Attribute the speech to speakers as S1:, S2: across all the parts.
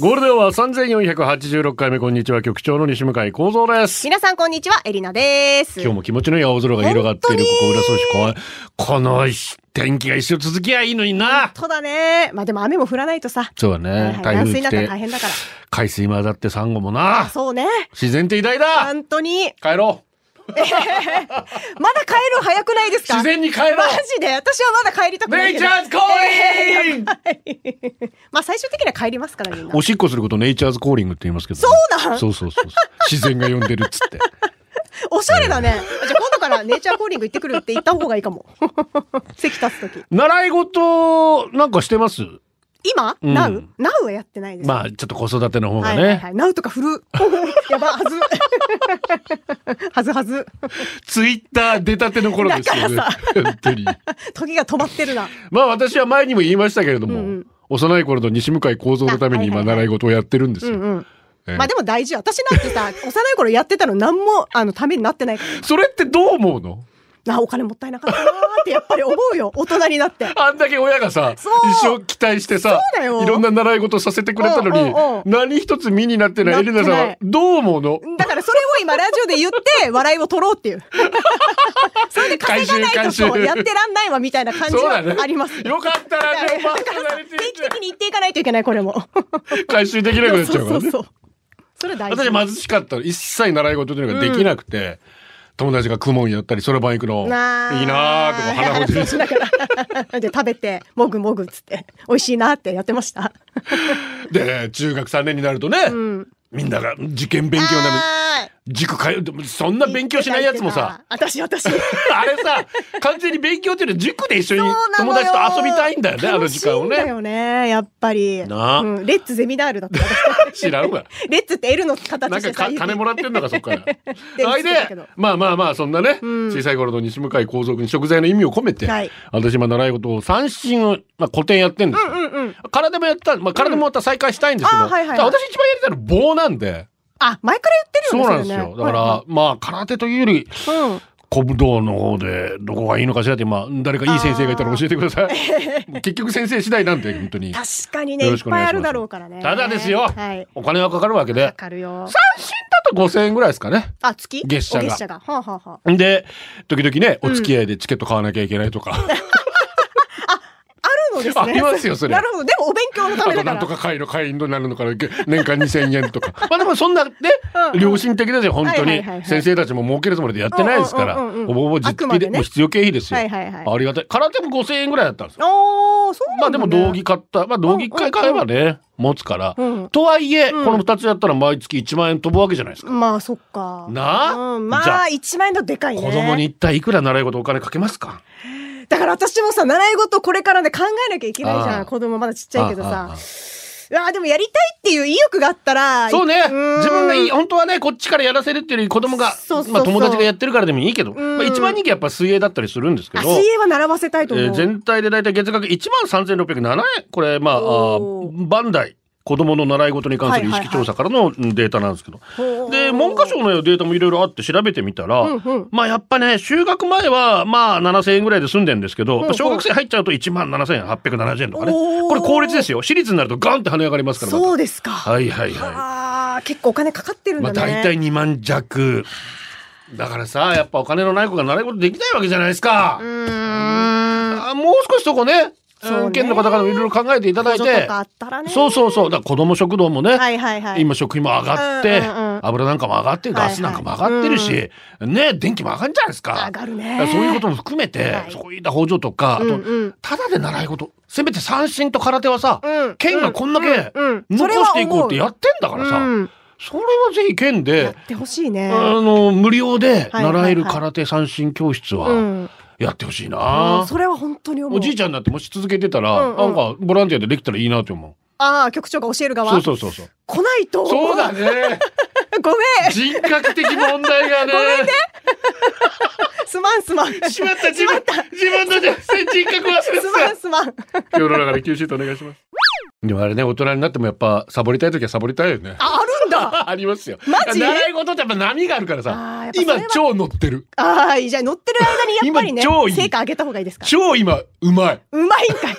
S1: ゴールデンは三千四百八十六回目こんにちは局長の西向井光三です。
S2: 皆さんこんにちは、エリナです。
S1: 今日も気持ちのいい青空が広がっているここ浦添市ここの天気が一生続きゃいいのにな。
S2: そうだね。まあでも雨も降らないとさ。
S1: そうだ
S2: はい
S1: ね
S2: は。い、
S1: 台風
S2: 断水に
S1: 来
S2: なったら
S1: て
S2: 大変だから。
S1: 海水混ざってサンゴもな。
S2: そうね。
S1: 自然って偉大だ。
S2: 本当に。
S1: 帰ろう。
S2: まだ帰るの早くないですか
S1: 自然に帰ろう
S2: マジで私はまだ帰りたくない
S1: ネイチ
S2: けど。
S1: ャーズコー リング。
S2: まあ最終的には帰りますからみんな。
S1: おしっこすることネイチャーズコーリングって言いますけど、ね。
S2: そうなん
S1: そうそうそうそう。自然が呼んでるっつ って。
S2: おしゃれだね。じゃあ今度からネイチャーコーリング行ってくるって言った方がいいかも。 席立つとき。
S1: 習い事なんかしてます。
S2: 今、
S1: うん
S2: ナウナウはやってないです。
S1: まあちょっと子育ての方が
S2: は
S1: ね。
S2: いはいはい。ナウとか振る。 やば、はず。はずはず。
S1: ツイッター出たての頃ですよね
S2: だか。
S1: 本当に。
S2: 時が止まってるな。
S1: まあ私は前にも言いましたけれども、
S2: うんうん
S1: 幼い頃の西向井構造のために
S2: あ
S1: 今
S2: はいはい
S1: 習
S2: はい
S1: い事をやってるんです
S2: う
S1: よ。
S2: んうん。
S1: ええ
S2: まあでも大事よ私なんて さ幼い頃やってたの何もあのためになってないか
S1: それってどう思うの
S2: らなお金もったいなかったなーってやっぱり思うよ大人になって
S1: あんだけ親がさ、
S2: そう
S1: 一生期待してさ
S2: そうだ、よ
S1: いろんな習い事させてくれたのに、
S2: おうおうおう
S1: 何一つ身になってない
S2: な
S1: エ
S2: って
S1: レ
S2: ない
S1: ナさんはどう思うの
S2: だからそれを今ラジオで言って笑いを取ろうっていう それで稼がないと
S1: 回収回
S2: そう
S1: 収
S2: やってらんないわみたいな感じ
S1: そうだ
S2: は
S1: ね。
S2: あ ります
S1: よかった
S2: だ
S1: ら、
S2: から
S1: ね、 パーソナリティ
S2: 定期的に言っていかないといけないこれも
S1: 回収できなく
S2: そ
S1: な
S2: う
S1: っちゃうから
S2: そう
S1: ね。
S2: そうそれ大事
S1: 私貧しかったら一切習い事というのができなくて、友達が公文やったりそろばん行くのいい
S2: な
S1: な
S2: あ
S1: ーとか鼻ほじり
S2: 話しながらで食べてもぐもぐっつって美味しいなってやってました
S1: で中学3年になるとね、みんなが受験勉強になる
S2: あー
S1: 塾通ってもそんな勉強しないやつもさ
S2: 言ってた言ってた私私
S1: あれさ完全に勉強っていうのは塾で一緒に
S2: そうなの
S1: 友
S2: よ
S1: 達と遊びたいんだよねあの時間を
S2: 楽しいん だ
S1: ね
S2: よねやっぱり
S1: なあ
S2: うん、レッツゼミナールだった私
S1: 知らんわ
S2: レッツって L の形
S1: なん
S2: し
S1: か
S2: てさ
S1: か金もらってんのかそっ から
S2: 言っ
S1: はい
S2: てたけ
S1: で
S2: ど
S1: まあまあまあそんなね、小さい頃の西向井光三君に食材の意味を込めて、
S2: はい
S1: 私今習い事を三振を、まあ、古典やってんですよ、体もやった、まあ、体もまた再開したいんですけど、
S2: うんあーはいはいはい
S1: 私一番やりたいのは棒なんで
S2: あ前から
S1: そう
S2: 言って
S1: な
S2: る
S1: ん
S2: ん
S1: で
S2: ですすよね
S1: よ。だから、まあ、空手というより、
S2: ら、うん、
S1: 古武道の方で、どこがいいのかしらって、まあ、誰かいい先生がいたら教えてくださ い。結局先生次第なんで、本当に。
S2: 確かにね
S1: よ
S2: い
S1: ろ
S2: っ
S1: しくお願
S2: ぱ
S1: いします
S2: いあるだろうからね
S1: ただですよ、
S2: はい
S1: お金がかかるわけ
S2: わ
S1: で、
S2: かるよ
S1: 三振だと5000円ぐらいですかね。
S2: あ月
S1: 月謝が
S2: お月謝がはあ、はあはあ、
S1: で、時々ね、お付き合いでチケット買わなきゃいけないと か、
S2: あるのですね
S1: ありますよそれ
S2: なるほどでもお勉強のた
S1: あ
S2: め
S1: と
S2: だか
S1: なん
S2: ら
S1: とか会の会員になるの から、年間2000円と か。まあでもそんなね
S2: うんう、ん
S1: 良心的ですよ、本当
S2: はい
S1: に
S2: はいはいは。い
S1: 先生たちも儲けるつもりでやってないですから、
S2: うんうんうんうん
S1: ほぼほぼ実
S2: あく
S1: 費
S2: ま
S1: で、
S2: でね
S1: もう必要経費ですよ。
S2: はいはいはい
S1: ありがたい。空手も5000円ぐらいだったんですよ
S2: おーそう
S1: ま
S2: な
S1: あ
S2: ん
S1: で
S2: だ、ね、
S1: も道着買った、まあ道着一回買えばね、持つから。
S2: うん
S1: とはいえ、
S2: うん
S1: この2つやったら毎月1万円飛ぶわけじゃないですか。
S2: まあそっか
S1: なあ
S2: うん、
S1: じゃ
S2: ま
S1: あ
S2: あ一万円だとでかいね
S1: 子供に一体いくら習い事お金かけますか
S2: だから私もさ習い事これからね考えなきゃいけないじ
S1: あ
S2: ゃ
S1: あ
S2: ん子供まだちっちゃいけど
S1: あああ
S2: さうわあでもやりたいっていう意欲があったら
S1: そうね。
S2: ーん
S1: 自分がいい、本当はね、こっちからやらせるっていうより子供が
S2: そうそう、そう
S1: まあ友達がやってるからでもいいけど、まあ一番人気やっぱ水泳だったりするんですけ
S2: あ
S1: ど
S2: 水。泳は習わせたい
S1: え
S2: と思う、
S1: ー全体で大体月額1万3607円。これ、まあ、あ
S2: お
S1: ーバンダイ、子供の習い事に関する意識調査からのうんデータなんですけど。
S2: ほう
S1: で文科省のデータもいろいろあって調べてみたら、
S2: うんうん
S1: まあやっぱね就学前はまあ7,000円ぐらいで済んでんですけど、
S2: んうん
S1: まあ小学生入っちゃうと1万7,870円とかね
S2: おー
S1: これ公立ですよ私立になるとガンって跳ね上がりますからまた
S2: そうですか、
S1: はいはいは
S2: ああ結構お金かかってる
S1: い、
S2: ん
S1: ま
S2: だ
S1: あ、大
S2: ね、
S1: 体2万弱だからさやっぱお金のない子が習い事できないわけじゃないですか、
S2: うーん
S1: あもう少しそこね
S2: そうね
S1: 県の方からもいろいろ考えていただい
S2: 補助
S1: て
S2: とかあったらね
S1: そうそうそうだから子ども食堂もね、
S2: はいはいはい
S1: 今食費も上がって、
S2: うんうんうん
S1: 油なんかも上がってるガスなんかも上がってるし、
S2: はい
S1: ね電気も上がるんじゃないですか
S2: 上がるね
S1: そういうことも含めて、
S2: はい
S1: そういった補助とか、
S2: うん
S1: あと
S2: うん
S1: ただで習い事せめて三振と空手はさ、
S2: うん
S1: 県がこんだけ
S2: うんうんうんそれ
S1: 残
S2: は
S1: していこうってやってんだからさ、
S2: うん
S1: それはぜひ県
S2: や
S1: で
S2: っ、てほしいね
S1: あの無料で
S2: はいはいはい
S1: 習える空手三振教室
S2: う
S1: は
S2: ん
S1: やってほしいな、
S2: うんそれは本当に思
S1: お
S2: う
S1: じいちゃんになってもし続けてたら、
S2: うんうん
S1: なんかボランティアでできたらいいなと思う。
S2: ああ局長が教える側
S1: そうそうそうそう。
S2: 来ないと
S1: そうだね。
S2: ごめん
S1: 人格的問題がね。
S2: すまんすまん。
S1: しまった自分自分の人格忘れ
S2: すま
S1: て
S2: んすまん。
S1: た世の中で休止とお願いしますでもあれね大人になってもやっぱサボりたい時はサボりたいよね
S2: ああるん だ。
S1: ありますよ
S2: マジ
S1: 習い事ってやっぱ波があるから
S2: あーや
S1: さ
S2: っぱそれは
S1: 今超乗ってる
S2: ああ、いいじゃあ乗ってる間にやっぱりね
S1: 今超い、い
S2: 成果上げた方がいいですか。
S1: 超今うまいう
S2: まいんかい。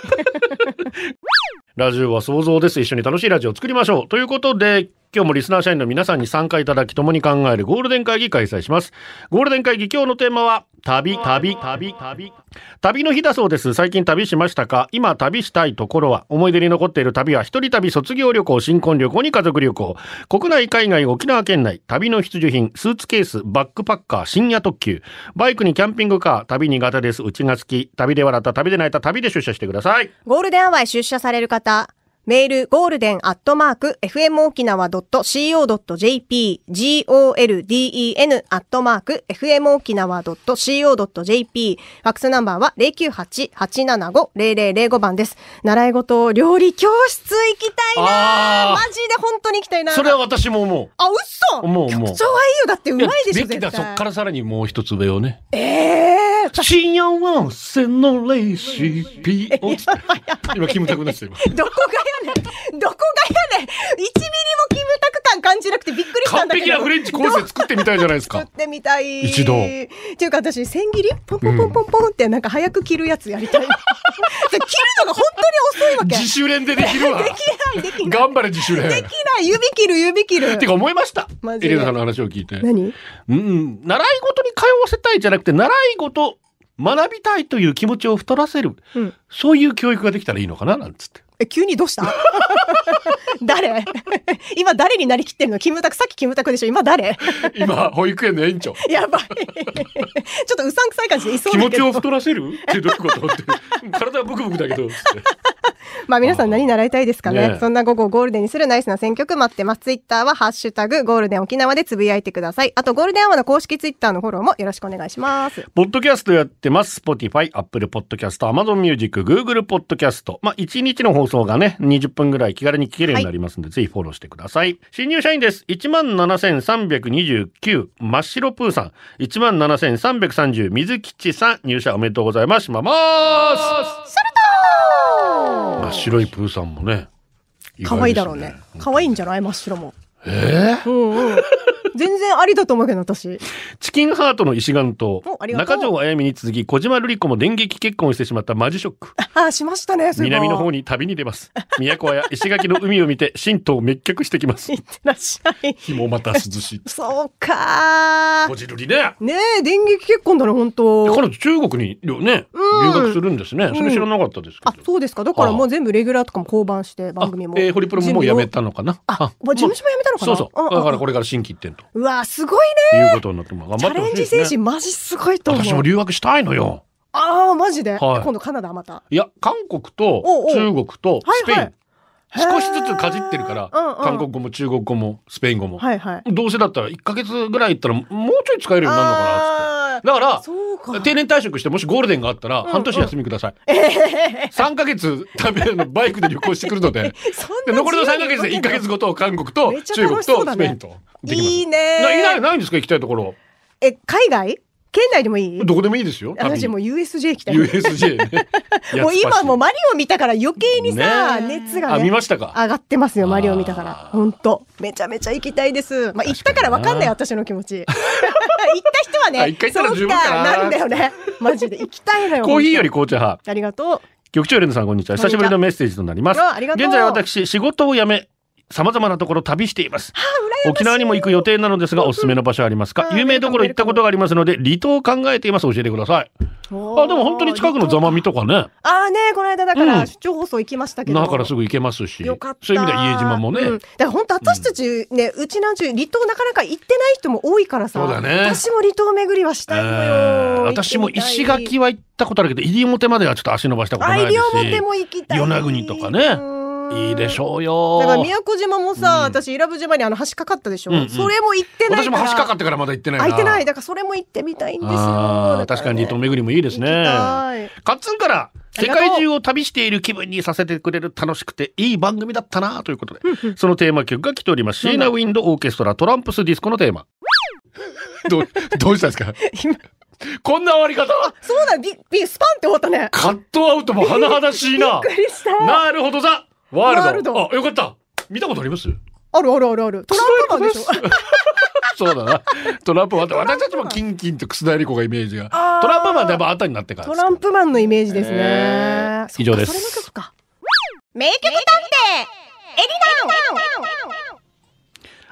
S1: ラジオは想像です。一緒に楽しいラジオを作りましょう。ということで、今日もリスナー社員の皆さんに参加いただき、共に考えるゴールデン会議開催します。ゴールデン会議、今日のテーマは、旅、旅、旅、旅。旅の日だそうです。最近旅しましたか今旅したいところは、思い出に残っている旅は、一人旅、卒業旅行、新婚旅行に家族旅行。国内、海外、沖縄県内、旅の必需品、スーツケース、バックパッカー、深夜特急。バイクにキャンピングカー、旅苦手です。うちが好き。旅で笑った、旅で泣いた、旅で出社してください。
S2: ゴールデンアワーへ出社される方、メール、ゴールデンアットマーク、fmokinawa.co.jp、golden アットマーク、fmokinawa.co.jp、ファックスナンバーは098-875-0005番です。習い事、料理教室行きたい
S1: あ
S2: な
S1: ー
S2: マジで本当に行きたいな
S1: それは私も思う。
S2: あ、嘘
S1: 思う思う
S2: 局長はいいよ。だってうまいでしょ、
S1: べき
S2: 絶
S1: だ、
S2: 対。
S1: そっからさらにもう一つ上をね。
S2: え え
S1: 深夜はせのレシピを。 今、キムタクですよ。
S2: どこがやねんどこがやねん !1 ミリもキムタク感感じなくてびっくりしたん
S1: 完
S2: だけど
S1: 璧なフレンチコースで作ってみたいじゃないです
S2: 作
S1: か
S2: っ。てみたい。
S1: 一度
S2: っていうか私、千切りポンポンポンポンポンってなんか早く切るやつや りたい。で切るのが本当に遅いわけ。
S1: 自主練でできるわ。
S2: できない、できない。
S1: 頑張れ、自主
S2: で
S1: 練
S2: き。ない、指切る、指切る
S1: て。か思いました
S2: マ。ジ
S1: エ
S2: で
S1: レナさんの話を聞いて。うん
S2: 何
S1: うん。習い事に通わせたいじゃなくて、習い事、学びたいという気持ちを太らせる。
S2: うん
S1: そういう教育ができたらいいのかな、なんつ って。
S2: え、急にどうした誰今誰になりきってるのキムタク、さっきキムタクでしょ今誰
S1: 今、保育園の園長。
S2: やばい。ちょっとうさんくさい感じでいそう
S1: 気
S2: だ
S1: 持
S2: け
S1: ち
S2: ど
S1: を。太らせるってどういうことって。体はブクブクだけど。つって
S2: まあ皆さん何習いたいですかね
S1: ねえ
S2: そんな午後をゴールデンにするナイスな選曲待ってます。ツイッターはハッシュタグゴールデン沖縄でつぶやいてください。あとゴールデンアワーの公式ツイッターのフォローもよろしくお願いします。
S1: ポッドキャストやってます。Spotify、Apple Podcast、Amazon Music、Google Podcast。まあ、1日の放送がね、20分ぐらい気軽に聞けるようになりますんで、ぜひフォローしてください。新入社員です。17,329。真っ白プーさん。17,330。水吉さん。入社おめでとうございます。しまます。真っ白いプーさんもね。
S2: 可愛いだろうね。可愛いんじゃない真っ白も。ええうんうん。全然ありだと思うけど 私。
S1: チキンハートの石岩と
S2: おありがとう
S1: 中条あやみに続き小島瑠璃子も電撃結婚してしまったマジショック
S2: ああ、しましたね、そういえば
S1: 南の方に旅に出ます宮古や石垣の海を見て神道を滅却してき ます
S2: 行ってらっしゃい。
S1: 日もまた涼しい
S2: そうかー
S1: 小。じるりね
S2: ねえ、電撃結婚だろ、本
S1: 彼
S2: 当
S1: 女中国にね
S2: うん
S1: 留学するんですねそれ知らなかったですけど
S2: あ、そうですか。だからもう全部レギュラーとかも降板して、番組も。
S1: あえーホリプロももうやめたのかな
S2: あもう事務所もやめたのかな
S1: そう
S2: う
S1: そ
S2: んうん
S1: うだからこれから新規一点と
S2: うわすごいね
S1: いうことになってます
S2: チ
S1: 頑
S2: ャ
S1: 張ってほ
S2: レン
S1: しい
S2: ジ
S1: ですね
S2: 精神マジすごいと思う。
S1: 私も留学したいのよ
S2: ああ、マジで、
S1: はい
S2: 今度カナダまた。
S1: いや韓国と
S2: おうおう
S1: 中国とスペイン、
S2: はいはい
S1: 少しずつかじってるから、
S2: へーうんうん
S1: 韓国語も中国語もスペイン語も、
S2: はいはい。
S1: どうせだったら1ヶ月ぐらい行ったらもうちょい使えるようになるのかなっつっ
S2: あ
S1: てだから
S2: あ、そうか。
S1: 定年退職してもしゴールデンがあったら半年休みください、3ヶ月旅のバイクで旅行してくる ので
S2: そんな
S1: で残りの3
S2: 自由
S1: ヶ月
S2: に
S1: で1ヶ月
S2: 動
S1: ごと韓国と
S2: めっちゃ
S1: 中国
S2: 楽しそう
S1: と
S2: だ
S1: ス
S2: ね
S1: ペインとできます
S2: けるいい
S1: な
S2: ね
S1: いないないんですか行きたいところ
S2: え、海外県内でもいい
S1: どこでもいいですよ旅
S2: 私もう USJ 行きたい。
S1: USJ ね
S2: もう今もう
S1: う
S2: マリオ見たから余計にさ、
S1: ねえ
S2: 熱が
S1: あ見
S2: ね。
S1: ましたか
S2: 上がってますよ、マリオ見たから。
S1: あー
S2: ほんと。めちゃめちゃ行きたいです。まあ、行ったからわかんない、私の気 持ち。行った人は
S1: あ
S2: ね、
S1: 一回行ったら十分
S2: そう
S1: かな
S2: か、なんだよね。マジで行きたいのよ。
S1: コーヒーより紅茶派
S2: ありがとう。
S1: 局長レンズさんこんにちは
S2: こん
S1: 久
S2: にち
S1: し
S2: は
S1: ぶりのメッセージとなります
S2: あありがとう
S1: 現在私仕事を辞め様々なところ旅しています沖縄にも行く予定なのですがおすすめの場所ありますか
S2: うん
S1: 有名どころ行ったことがありますので離島を考えています教えてください
S2: あ
S1: あでも本当に近くのざまみとかね
S2: ああねこの間だか
S1: う
S2: ら
S1: ん
S2: 出張放送行きましたけど、
S1: 那覇からすぐ行けますし
S2: よかった
S1: そういう意味では家島もね、
S2: うんだから本当私たちね、うちなんちゅう離島なかなか行ってない人も多いからさ
S1: そうだね
S2: 私も離島巡りはし
S1: え
S2: たいのよ、
S1: ー私も石垣
S2: は
S1: は行ったことあるけど西表まではちょっと足伸ばしたこと
S2: あ
S1: ない
S2: い
S1: です
S2: 両
S1: し
S2: 表も行きたい
S1: 与那国とかね
S2: うーん
S1: いいでしょうよ
S2: だから宮古島もさ、
S1: うん
S2: 私伊良部島にあの橋かかったでしょ、
S1: うんうん
S2: それも行ってない
S1: 私
S2: か
S1: も
S2: ら
S1: 橋かかってからまだ行ってないな
S2: 空いてないだからそれも行ってみたいんですよ
S1: あー
S2: だら
S1: 確かに離島巡りもいいですね
S2: 行きたい
S1: カッツンから
S2: あり
S1: 世
S2: がとう
S1: 界中を旅している気分にさせてくれる楽しくていい番組だったなということで、そのテーマ曲が来ております。シーナ・ウィンド・オーケストラ、トランプス・ディスコのテーマ。どう、どうしたんですか
S2: 今
S1: こんな終わり方
S2: そうだ、ビビスパンって終わったね。
S1: カットアウトも甚だしいな
S2: びっくりした。
S1: なるほどザワールド
S2: ワールド
S1: あ、よかった見たことあります
S2: あるあるあるある。トランプマンでしょ。
S1: そうだな。トランプマン、私たちもキンキンと楠田絵理子がイメージが。トランプマンだいぶ後になってからで
S2: ト
S1: すか
S2: ラ
S1: ら。
S2: ンプマンのイメージですね。
S1: えー
S2: そっか
S1: 以上です
S2: それの曲か。名曲探偵エリ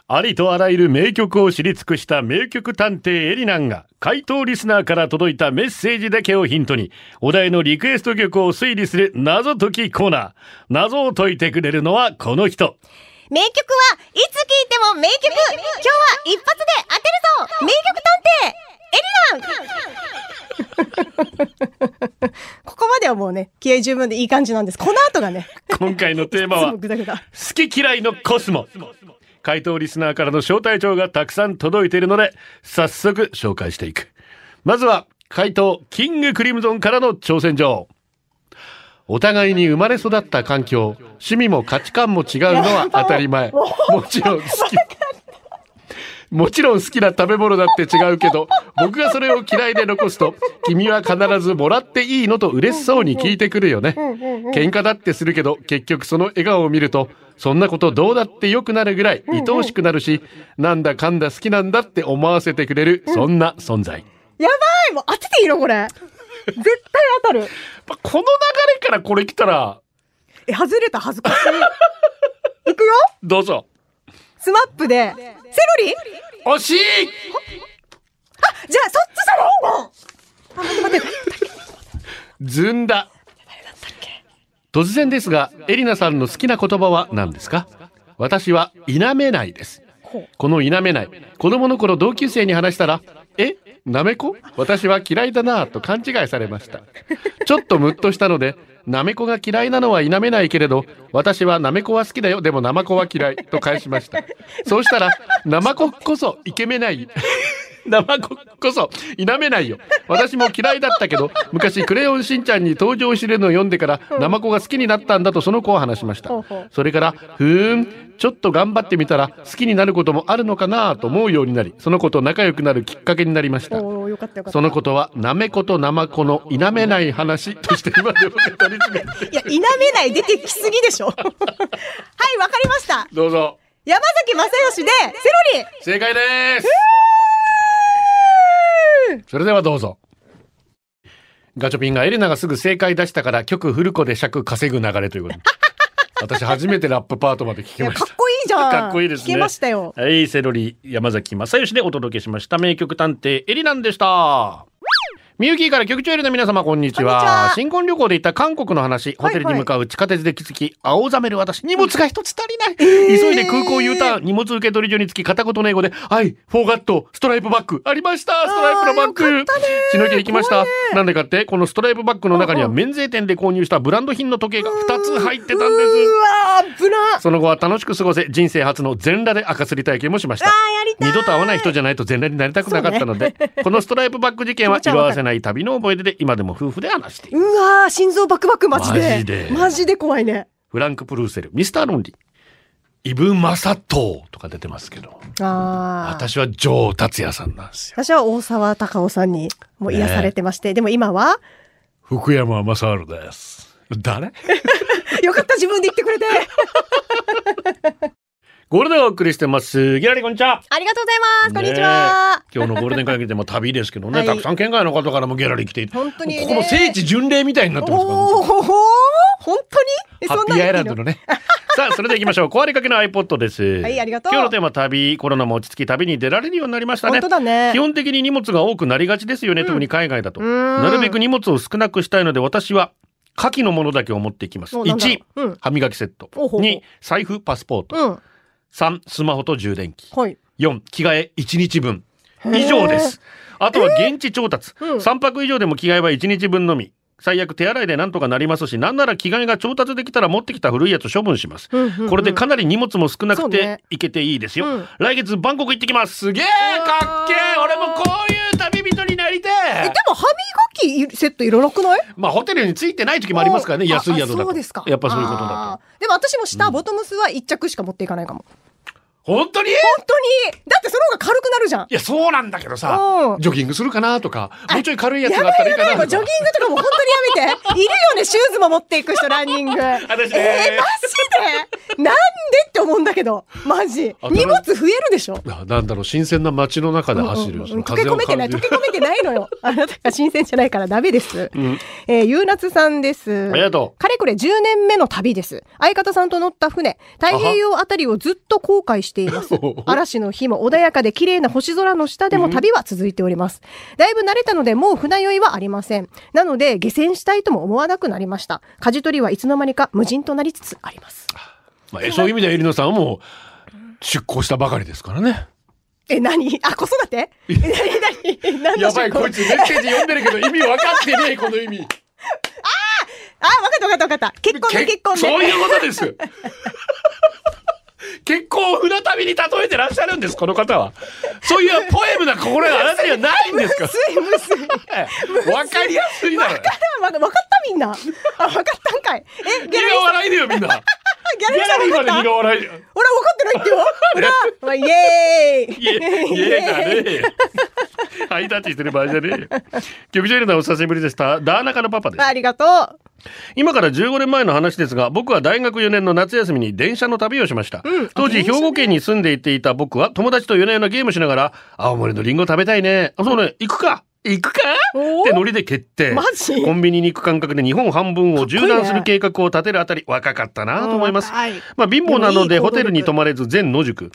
S1: ありとあらゆる名曲を知り尽くした名曲探偵エリナンが回答リスナーから届いたメッセージだけをヒントにお題のリクエスト曲を推理する謎解きコーナー謎を解いてくれるのはこの人
S3: 名曲はいつ聴いても名曲今日は一発で当てるぞ名曲探偵エリナン
S2: ナンここまではもうね、気合十分でいい感じなんです。この後がね、
S1: 今回のテー
S2: い
S1: マ
S2: つ
S1: は
S2: もグダグダ。
S1: 好き嫌いのコスモ回答リスナーからの招待状がたくさん届いているので早速紹介していくまずは回答キングクリムゾンからの挑戦状お互いに生まれ育った環境趣味も価値観も違うのは当たり前 もちろん好きもちろん好きな食べ物だって違うけ ど僕がそれを嫌いで残すと君は必ずもらっていいのと嬉しそうに聞いてくるよね喧嘩だってするけど結局その笑顔を見るとそんなことどうだって良くなるぐらい愛おしくなるしなんだかんだ好きなんだって思わせてくれるそんな存在
S2: やばいもう当てていいのこれ。絶対当たる。
S1: まあこの流れからこれ来たら
S2: え、外れた恥 ずかしい。いくよ
S1: どうぞ
S2: スマップで、セロリ
S1: 惜しい
S2: じゃあ、そっちじゃないんだ
S1: ずんだ突然ですがエリナさんの好きな言葉は何ですか私は否めないですこの否めない子供の頃同級生に話したらえなめこ私は嫌いだなぁと勘違いされま したちょっとムッとしたのでなめこが嫌いなのは否めないけれど私はなめこは好きだよでもなまこは嫌いと返しましたそうした らなまここそイケメない 生子こそ否めないよ私も嫌いだったけど昔「クレヨンしんちゃん」に登場してるのを読んでから生子が好きになったんだとその子は話しました
S2: ほうほう
S1: それから「ふーんちょっと頑張ってみたら好きになることもあるのかな」と思うようになりその子と仲良くなるきっかけになりました
S2: おー、よかったよかった。
S1: そのことはなめことなまこの否めない話として今でも語り継がれて
S2: いや、否めない出てきすぎ でしょ。はい、わかりました。
S1: どうぞ
S2: 山崎正義で、セ
S1: 正
S2: ロリ
S1: 解ですそれではどうぞガチョピンがエレナがすぐ正解出したから曲フルコで尺稼ぐ流れということで私初めてラップパートまで聞き
S2: いや
S1: まし
S2: か
S1: た
S2: っこいいじゃん。
S1: かっこいいですね
S2: 聞けましたよ。
S1: はい、セロリ山崎正義でお届けしました名曲探偵エリナンでした。みゆきーから局長エリの皆様こんにちは
S2: こんにちは
S1: 新婚旅行で行った韓国の話ホテルに向かう地下鉄で気づき、青ざめる私荷物が一つ足りない、急いで空港 U ターン荷物受け取り所につき片言の英語で「はいフォーガットストライプバッグありましたストライプのバッ
S2: あー
S1: グ
S2: よかったね
S1: 血の気行きました
S2: 怖い」
S1: なんでかってこのストライプバッグの中には
S2: うんう
S1: 免税店で購入したブランド品の時計が2つ入ってたんです
S2: うーわー、危なあ
S1: その後は楽しく過ごせ、人生初の全裸で赤すり体験もしました。
S2: ー、やりたい。
S1: 二度と会わない人じゃないと全裸になりたくなかったので、 このストライプバッグ事件は
S2: 気持ちは
S1: 色
S2: わかる
S1: あせない旅の思い出で今でも夫婦で話している。
S2: うわー、心臓バクバクマジで。
S1: マジで
S2: マジで怖いね。
S1: フランク・プルーセル、ミスター・ロンリー、イブ・マサトーとか出てますけど、
S2: あー。
S1: 私はジョー達也さんなんですよ。
S2: 私は大沢たかおさんにもう癒されてまして、でも今は、
S1: 福山雅治です。誰
S2: よかった自分で言ってく れて。
S1: ゴールデンをお送りしてます。ギラリこんにちは。
S2: ありがとうございます。こんにち
S1: ね
S2: は。
S1: え今日のゴールデン会議でも旅ですけどね、
S2: はい
S1: たくさん県外の方からもギャラリー来ていて、
S2: 本当にね
S1: ここの聖地巡礼みたいになってますからね
S2: おー、ほほー本当にえ
S1: ハッピーアイランドのね。 さあ、それでは行きましょう。壊れかけの iPod です。
S2: はいありがとう
S1: 今日のテーマ、旅。コロナも落ち着き、旅に出られるようになりましたね。
S2: 本当だね
S1: 基本的に荷物が多くなりがちですよね、特に海外だと。
S2: うーん
S1: なるべく荷物を少なくしたいので、私は、下記のものだけを持っていきます。
S2: おなんだろ
S1: 1、
S2: ううん
S1: 歯磨きセット。
S2: おほほ
S1: 2、財布、パスポート。
S2: うん。
S1: 3、スマホと充電器。
S2: はい。
S1: 4、着替え1日分。以上です。あとは現地調達。
S2: うん
S1: 3泊以上でも着替えは1日分のみ。最悪手洗いでなんとかなりますし、なんなら着替えが調達できたら持ってきた古いやつ処分します。
S2: うんうんうん
S1: これでかなり荷物も少なく
S2: そうね
S1: ていけていいですよ。
S2: うん
S1: 来月バンコク行ってきます。すげえかっけえ俺もこういう旅人になりてえ
S2: え、でも歯磨きセットいらなくない
S1: まあホテルについてない時もありますからね、
S2: あ
S1: 安い宿だ
S2: あ
S1: と。
S2: そうですか。
S1: やっぱそういうことだ
S2: あーでも私も下ボトムスは一着しか持っていかないかも。
S1: と。本当にい
S2: 本当にだってその方が軽くなるじゃん
S1: や、そうなんだけどさ
S2: う、ん
S1: ジョギングするかなとか、もうちょい軽いやつ
S2: や
S1: があ
S2: ば
S1: った
S2: い
S1: らいい
S2: や
S1: か
S2: ばい
S1: な
S2: もう
S1: と
S2: ジョギン
S1: か
S2: グ。とかもう本当にやめているよねシューズも持っていく人ランニングえー、マジ
S1: 私
S2: で
S1: ね
S2: なんでって思うんだけどマジ
S1: あ
S2: 荷物増えるでしょ
S1: ななんだろう、新鮮な街の中で走る。
S2: うん
S1: そ
S2: うん
S1: の
S2: うん溶け
S1: 風
S2: 込
S1: を
S2: めてない
S1: 感じ
S2: 溶
S1: る
S2: け込めてないの よあなたが新鮮じゃないからダメです、
S1: ん
S2: えーゆうなつさんです
S1: ありがと
S2: かれこれ10年目の旅です相方さんと乗った船太平洋あたりをずっと航海しています 嵐の日も穏やかで綺麗な星空の下でも旅は続いております、だいぶ慣れたのでもう船酔いはありませんなので下船したいとも思わなくなりました舵取りはいつの間にか無人となりつつあります
S1: まあえそういう意味では、ゆりのさんはもう、出航したばかりですからね。
S2: え何 あ子育てえ何何 何の
S1: やばい、
S2: 出航
S1: こいつメッセージ読んでるけど、意味分かってねえ、この意味。
S2: あ、わかったわかったわかった。結婚ね、
S1: け
S2: 結婚
S1: そう
S2: ね。
S1: いうことです結婚を船旅に例えてらっしゃるんですこの方はそういうポエムな心があなたにはないんですか
S2: ついむすい。
S1: わかりやすいな
S2: わからんわかわかったみんな。あ、わかったんかい。え、ギャラリー
S1: 苦笑いでよみんなギ
S2: ギャラリー
S1: ャ
S2: さ
S1: ラリ
S2: ん
S1: ー
S2: わか
S1: まで
S2: った
S1: 苦笑い
S2: ほら、わかってないってよ。ほら、まあ、イエーイ。
S1: いえ、い えだねハイタッチしてる場合じゃねえ局長エレナお久しぶりでしたダーナカのパパです
S2: ありがとう。
S1: 今から15年前の話ですが僕は大学4年の夏休みに電車の旅をしました、当時兵庫県に住んでいていた僕は友達と夜な夜なゲームしながら「青森のリンゴ食べたいね」あ「そうね行くか行くか!」
S2: おー
S1: ってノリで決定
S2: マジ
S1: コンビニに行く感覚で日本半分を縦断する計画を立てるあたり若かったなと思います、
S2: うん若い
S1: まあ、貧乏なので
S2: でもいい行動力
S1: ホテルに泊まれず全野宿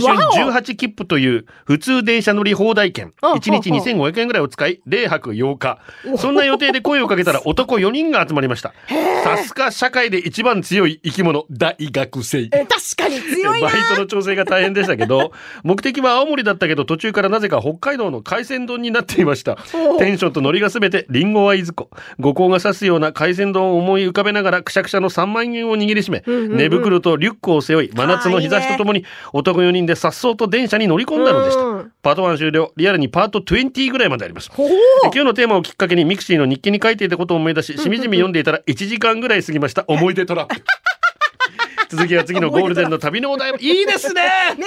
S1: 青
S2: わお
S1: 春18切符という普通電車乗り放題券
S2: うん
S1: 1日
S2: うんうん
S1: 2500円ぐらいを使い0泊8日そんな予定で声をかけたら男4人が集まりましたさすが社会で一番強い生き物大学生
S2: え、確かに強いな
S1: バイ。トの調整が大変でしたけど 目的は青森だったけど途中からなぜか北海道の海鮮丼になっていました
S2: おう
S1: テンションとノリが全てリンゴはいずこ五光が刺すような海鮮丼を思い浮かべながらくしゃくしゃの3万円を握りしめ、寝袋とリュックを背負い真夏の日差しとともに男4人で颯爽と電車に乗り込んだのでした、
S2: うん
S1: パート1終了リアルにパート20ぐらいまであります
S2: ほう。
S1: で今日のテーマをきっかけにミクシーの日記に書いていたことを思い出ししみじみ読んでいたら1時間ぐらい過ぎました思い出トラッ プ続きは次のゴールデンの旅のお題もいいですね
S2: めっちゃいい。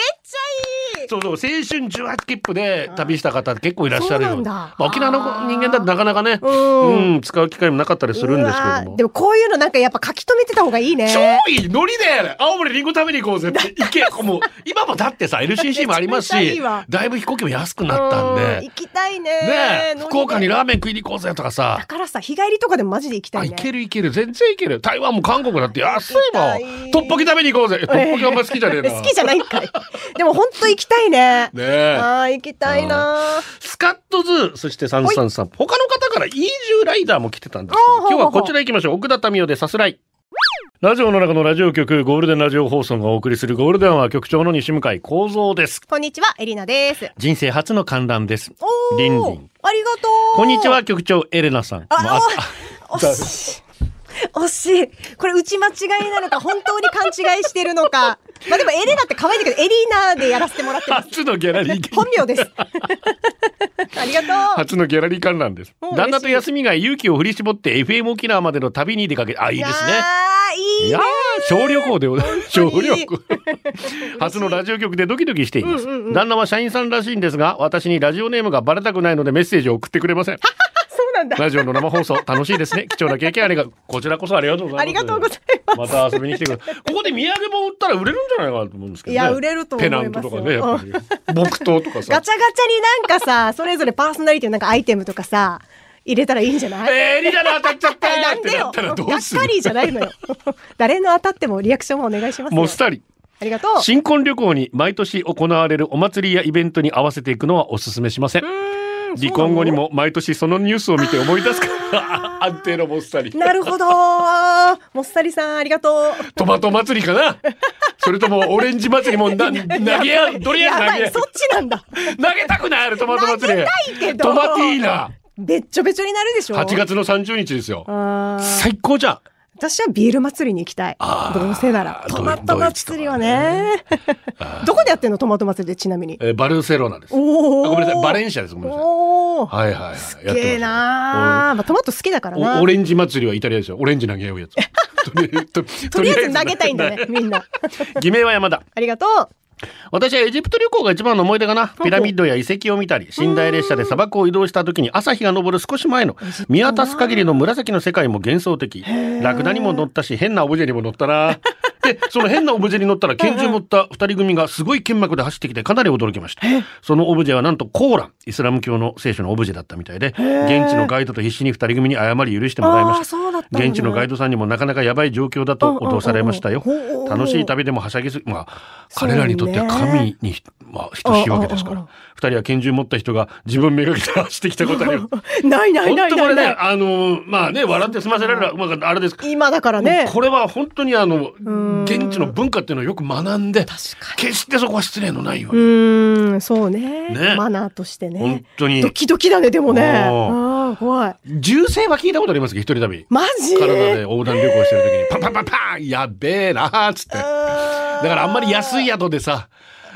S1: そうそう青春18切符で旅した方結構いらっしゃるよ
S2: そうなんだ
S1: まあ、沖縄の人間だとなかなかね
S2: うん
S1: うん使う機会もなかったりするんですけど
S2: うわー
S1: も
S2: でもこういうのなんかやっぱ書き留めてた方がいいね。
S1: 超いいノリで青森りんご食べに行こう ぜって行けもう今もだってさ LCC もあります
S2: めちゃめちゃい
S1: し
S2: いわ
S1: だいぶ飛行機も安くなったん
S2: う
S1: で
S2: 行きたいね。
S1: ねえ福岡に
S2: だ
S1: ラーメン食いに行こうぜとかさ
S2: からさ、日帰りとかでもマジで行きた
S1: あ
S2: い
S1: い
S2: ね。
S1: けるいける全然いける台湾も韓国だって安い
S2: 行き
S1: も
S2: た
S1: ん
S2: い
S1: トッポギ食べに行こうぜトッポギあんま好きじゃねえな
S2: 好きじゃないんかい。でも本当行きたいね。
S1: ねえ
S2: ああ、行きたいな。
S1: スカットズーそしてサンサンさん他の方からイージューライダーも来てたんですけど
S2: お
S1: 今
S2: ー
S1: 日は
S2: ほうほうほう
S1: こちら行きましょう奥田民生でさすらいラジオの中のラジオ局ゴールデンラジオ放送がお送りするゴールデンは局長の西向井光三です
S2: こんにちは、エリナです。
S1: 人生初の観覧です
S2: おー
S1: リンリン
S2: ありがとう。
S1: こんにちは。局長エレナさんま
S2: あ
S1: あ、
S2: お、惜しい。惜しい。これ、打ち間違いなのか、本当に勘違いしてるのか。まあでも、エレナって可愛いんだけど、エリーナでやらせてもらってます。
S1: 初のギャラリー
S2: 本 名です。ありがとう。
S1: 初のギャラリー観覧です
S2: おー
S1: 旦那と休みが勇気を振り絞って FM 沖縄までの旅に出かけあいいですね
S2: あーい
S1: い
S2: いね
S1: やー、小旅行でございます。小
S2: 本当に
S1: 旅行。 初のラジオ局でドキドキしています。
S2: うんうんうん
S1: 旦那は社員さんらしいんですが、私にラジオネームがバレたくないのでメッセージを送ってくれません。
S2: そうなんだ。
S1: ラジオの生放送楽しい ですね。貴重な経験ありが、こちらこそありがとうござ
S2: あ
S1: い
S2: り
S1: ます。
S2: がとうございます。
S1: また遊びに来てください。ここで土産物売ったら売れるんじゃないかなと思うんですけど、ね。
S2: いや売れると思いますよ
S1: ペナントとかね、やっ ぱり。木刀とかさ
S2: ガ。チャガチャになんか さ、それぞれパーソナリティのなんかアイテムとかさ、入れたらいいんじゃない
S1: えー、リラの当たっちゃっ
S2: え
S1: たっ
S2: なん
S1: て
S2: で
S1: な
S2: よ
S1: ったら
S2: が
S1: ど
S2: っ
S1: うする
S2: かりじゃないのよ。誰の当たってもリアクションもお願いしますよ。
S1: もうスタリ。
S2: ありがとう。
S1: 新婚旅行に毎年行われるお祭りやイベントに合わせていくのはおすすめしません離婚後にも毎年そのニュースを見て思い出すから 安定のもっさり
S2: なるほど。もっさりさん、ありがとう。
S1: トマト祭りかなそれともオレンジ祭りも な投げ合うとり
S2: や
S1: あ
S2: ば
S1: え
S2: い、
S1: ず
S2: そ
S1: 投
S2: っちなんだ。
S1: げ投げたくないあるトマト祭り
S2: 投げたいけど
S1: トマティーナ
S2: べっちょべちょになるでしょ。
S1: 8。月の30日ですよ
S2: あー
S1: 最高じゃん
S2: 私はビール祭りに行きたい。どうせなら。
S1: ドイ
S2: トマト祭りはね。 どこでやってんのトマト祭りでちなみに。
S1: えーバルセロナですあ
S2: おー
S1: ごめんなさいバレンシアですごめんなさい
S2: おお。
S1: はいはいはいやっ
S2: すげ
S1: て
S2: え
S1: ます
S2: なーまあトマト好きだからな。
S1: おオレンジ祭りはイタリアですよオレンジ投げ合う やつとりあえず
S2: とりあえず投げたいんだね、みんな。
S1: 偽名は山田
S2: ありがとう。
S1: 私はエジプト旅行が一番の思い出かな。ピラミッドや遺跡を見たり、寝台列車で砂漠を移動した時に朝日が昇る少し前の見渡す限りの紫の世界も幻想的。ラクダにも乗ったし、変なオブジェにも乗った な。で、その変なオブジェに乗ったら拳銃持った二人組がすごい剣幕で走ってきてかなり驚きました。そのオブジェはなんとコーラン、イスラム教の聖書のオブジェだったみたいで、現地のガイドと必死に二人組に謝り許してもらいま
S2: あ
S1: し
S2: あ、
S1: た。
S2: そうだった
S1: 現地のガイ
S2: ド
S1: ドさんにもなかなかやばい状況だと脅されましたよ
S2: うんうんうんうん。
S1: 楽しい旅でもはしゃぎすぎ、まあ、
S2: そうね
S1: 彼らにとっては神にひ、まあ、等しいわけですか
S2: うんうん
S1: ら。二人は拳銃持った人が自分めがけて走ってきたことには。
S2: ない ない
S1: 本
S2: ない
S1: 当こ
S2: な
S1: れ
S2: い
S1: ね、
S2: ない。
S1: あの、まあね、笑って済ませられる、まあ、あれです
S2: 今だからね。
S1: これは本当にあの
S2: ん
S1: 現地の文化っていうのをよく学んで決してそこは失礼のないよう
S2: う
S1: に、
S2: ーん、そうね
S1: ね
S2: マナーとしてね。
S1: 本当に
S2: ドキドキだね、でもね。
S1: お
S2: あ
S1: ー
S2: あ、怖い。
S1: 銃声は聞いたことありますけど一人旅
S2: マジ
S1: カナダで横断旅行してる時にパンパンパンパンやべえなーっつってだからあんまり安い宿でさ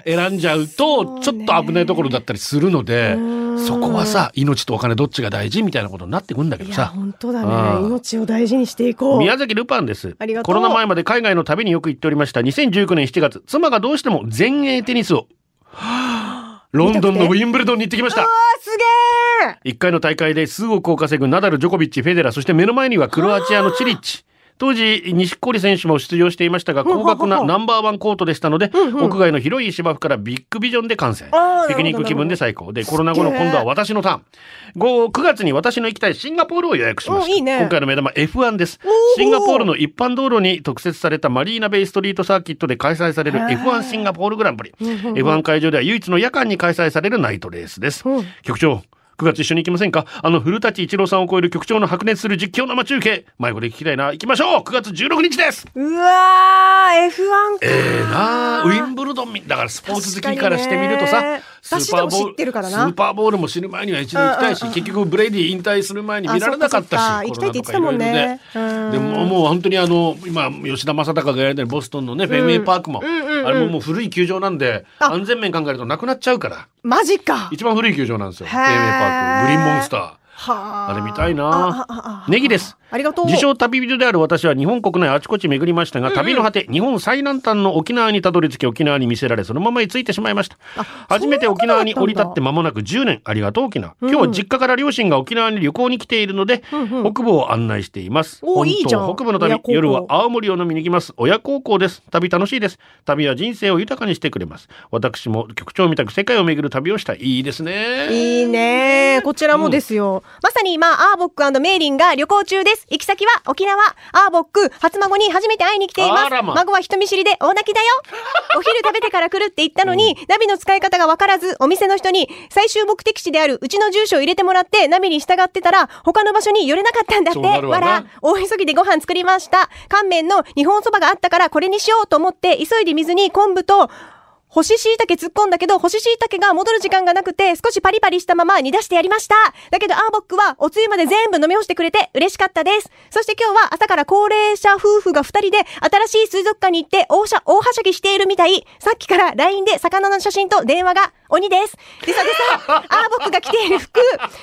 S1: 選んじゃうとちょっと危ないところだったりするのでそこはさ命とお金どっちが大事みたいなことになってくんだけ
S2: い
S1: ど
S2: や、
S1: さ
S2: 本当だ
S1: あ
S2: ね。
S1: ー
S2: 命を大事にしていこう。
S1: 宮崎ルパンです
S2: ありがと
S1: コ
S2: う
S1: ロナ前まで海外の旅によく行っておりました2019年7月妻がどうしても全英テニスをロンドンのウィンブルドンに行ってきました
S2: あすげえ
S1: 1回の大会で数億を稼ぐナダル、ジョコビッチ、フェデラー、そして目の前にはクロアチアのチリッチ。当時、錦織選手も出場していましたが、
S2: ほうほ
S1: 高
S2: うほう
S1: 額なナンバーワンコートでしたので、
S2: うんうん
S1: 屋外の広い芝生からビッグビジョンで観戦
S2: あー。
S1: ピクニック気分で最高。で、コロナ後の
S2: すげえ
S1: 今度は私のターン。5、9月に私の行きたいシンガポールを予約しました。
S2: おいいね
S1: 今回の目玉 F1 です
S2: おー。
S1: シンガポールの一般道路に特設されたマリーナベイストリートサーキットで開催される F1 シンガポールグランプリ。F1 会場では唯一の夜間に開催されるナイトレースです。
S2: うん
S1: 局長9月一緒に行きませんかあの古舘一郎さんを超える局長の白熱する実況生中継迷子で聞きたいな行きましょう9月16日です
S2: うわー、F1 か。
S1: ええなあウィンブルドンみだからスポーツ好きからしてみると
S2: 確か
S1: さ
S2: にね私でも知ってるからな
S1: スーパーボールも死ぬ前には一度行きたいし、
S2: うんうんうん
S1: 結局ブレイディ引退する前に見られなかったし
S2: あそっかそっか行きたいって言ってたもんね
S1: コロナとかいろいろでで
S2: うん
S1: ももう本当にあの今吉田正尚がやられてるボストンのねフェンウェイパークも、
S2: うんうんうん
S1: あれももう古い球場なんで
S2: あ
S1: 安全面考えるとなくなっちゃうから
S2: マジか。
S1: 一番古い球場なんですよ
S2: へ
S1: フェ
S2: ー
S1: ンウェイパークグリーンモンスター。
S2: は
S1: あ
S2: ー
S1: れ見たい
S2: あ
S1: な
S2: あああ
S1: ネギです。
S2: ありがとう。
S1: 自称旅人である私は日本国内あちこち巡りましたが、旅の果て、日本最南端の沖縄にたどり着き、沖縄に見せられ、そのままに着いてしまいました。初めて沖縄に降り立って間もなく10年、ありがとう沖縄。今日は実家から両親が沖縄に旅行に来ているので、北部を案内しています。
S2: おー
S1: 本
S2: いいじゃん
S1: 島北部の
S2: 親
S1: 旅
S2: 孝、行
S1: 夜は青森を飲みに行きます。親孝行です。旅楽しいです。旅は人生を豊かにしてくれます。私も局長みたく世界を巡る旅をしたい。いいですね。
S2: いいねこちらもですよ。
S3: まさに今、アーボックメイリンが旅行中です。行き先は沖縄、アーボック、初孫に初めて会いに来ていま
S1: あ
S3: す。
S1: らま
S3: 孫は人見知りで大泣きだよ。お昼食べてから来るって言ったのに、ナビの使い方がわからず、お店の人に最終目的地であるうちの住所を入れてもらって、ナビに従ってたら、他の場所に寄れなかったんだって。
S1: そうなるわ
S3: わ
S1: な
S3: ら、大急ぎでご飯作りました。乾麺の日本そばがあったからこれにしようと思って、急いで水に昆布と、干し椎茸突っ込んだけど、干し椎茸が戻る時間がなくて、少しパリパリしたまま煮出してやりました。だけど、アーボックはおつゆまで全部飲み干してくれて嬉しかったです。そして今日は朝から高齢者夫婦が二人で新しい水族館に行って大しゃ、大はしゃぎしているみたい。さっきから LINE で魚の写真と電話が鬼です。でさで さ、アーボックが着ている服、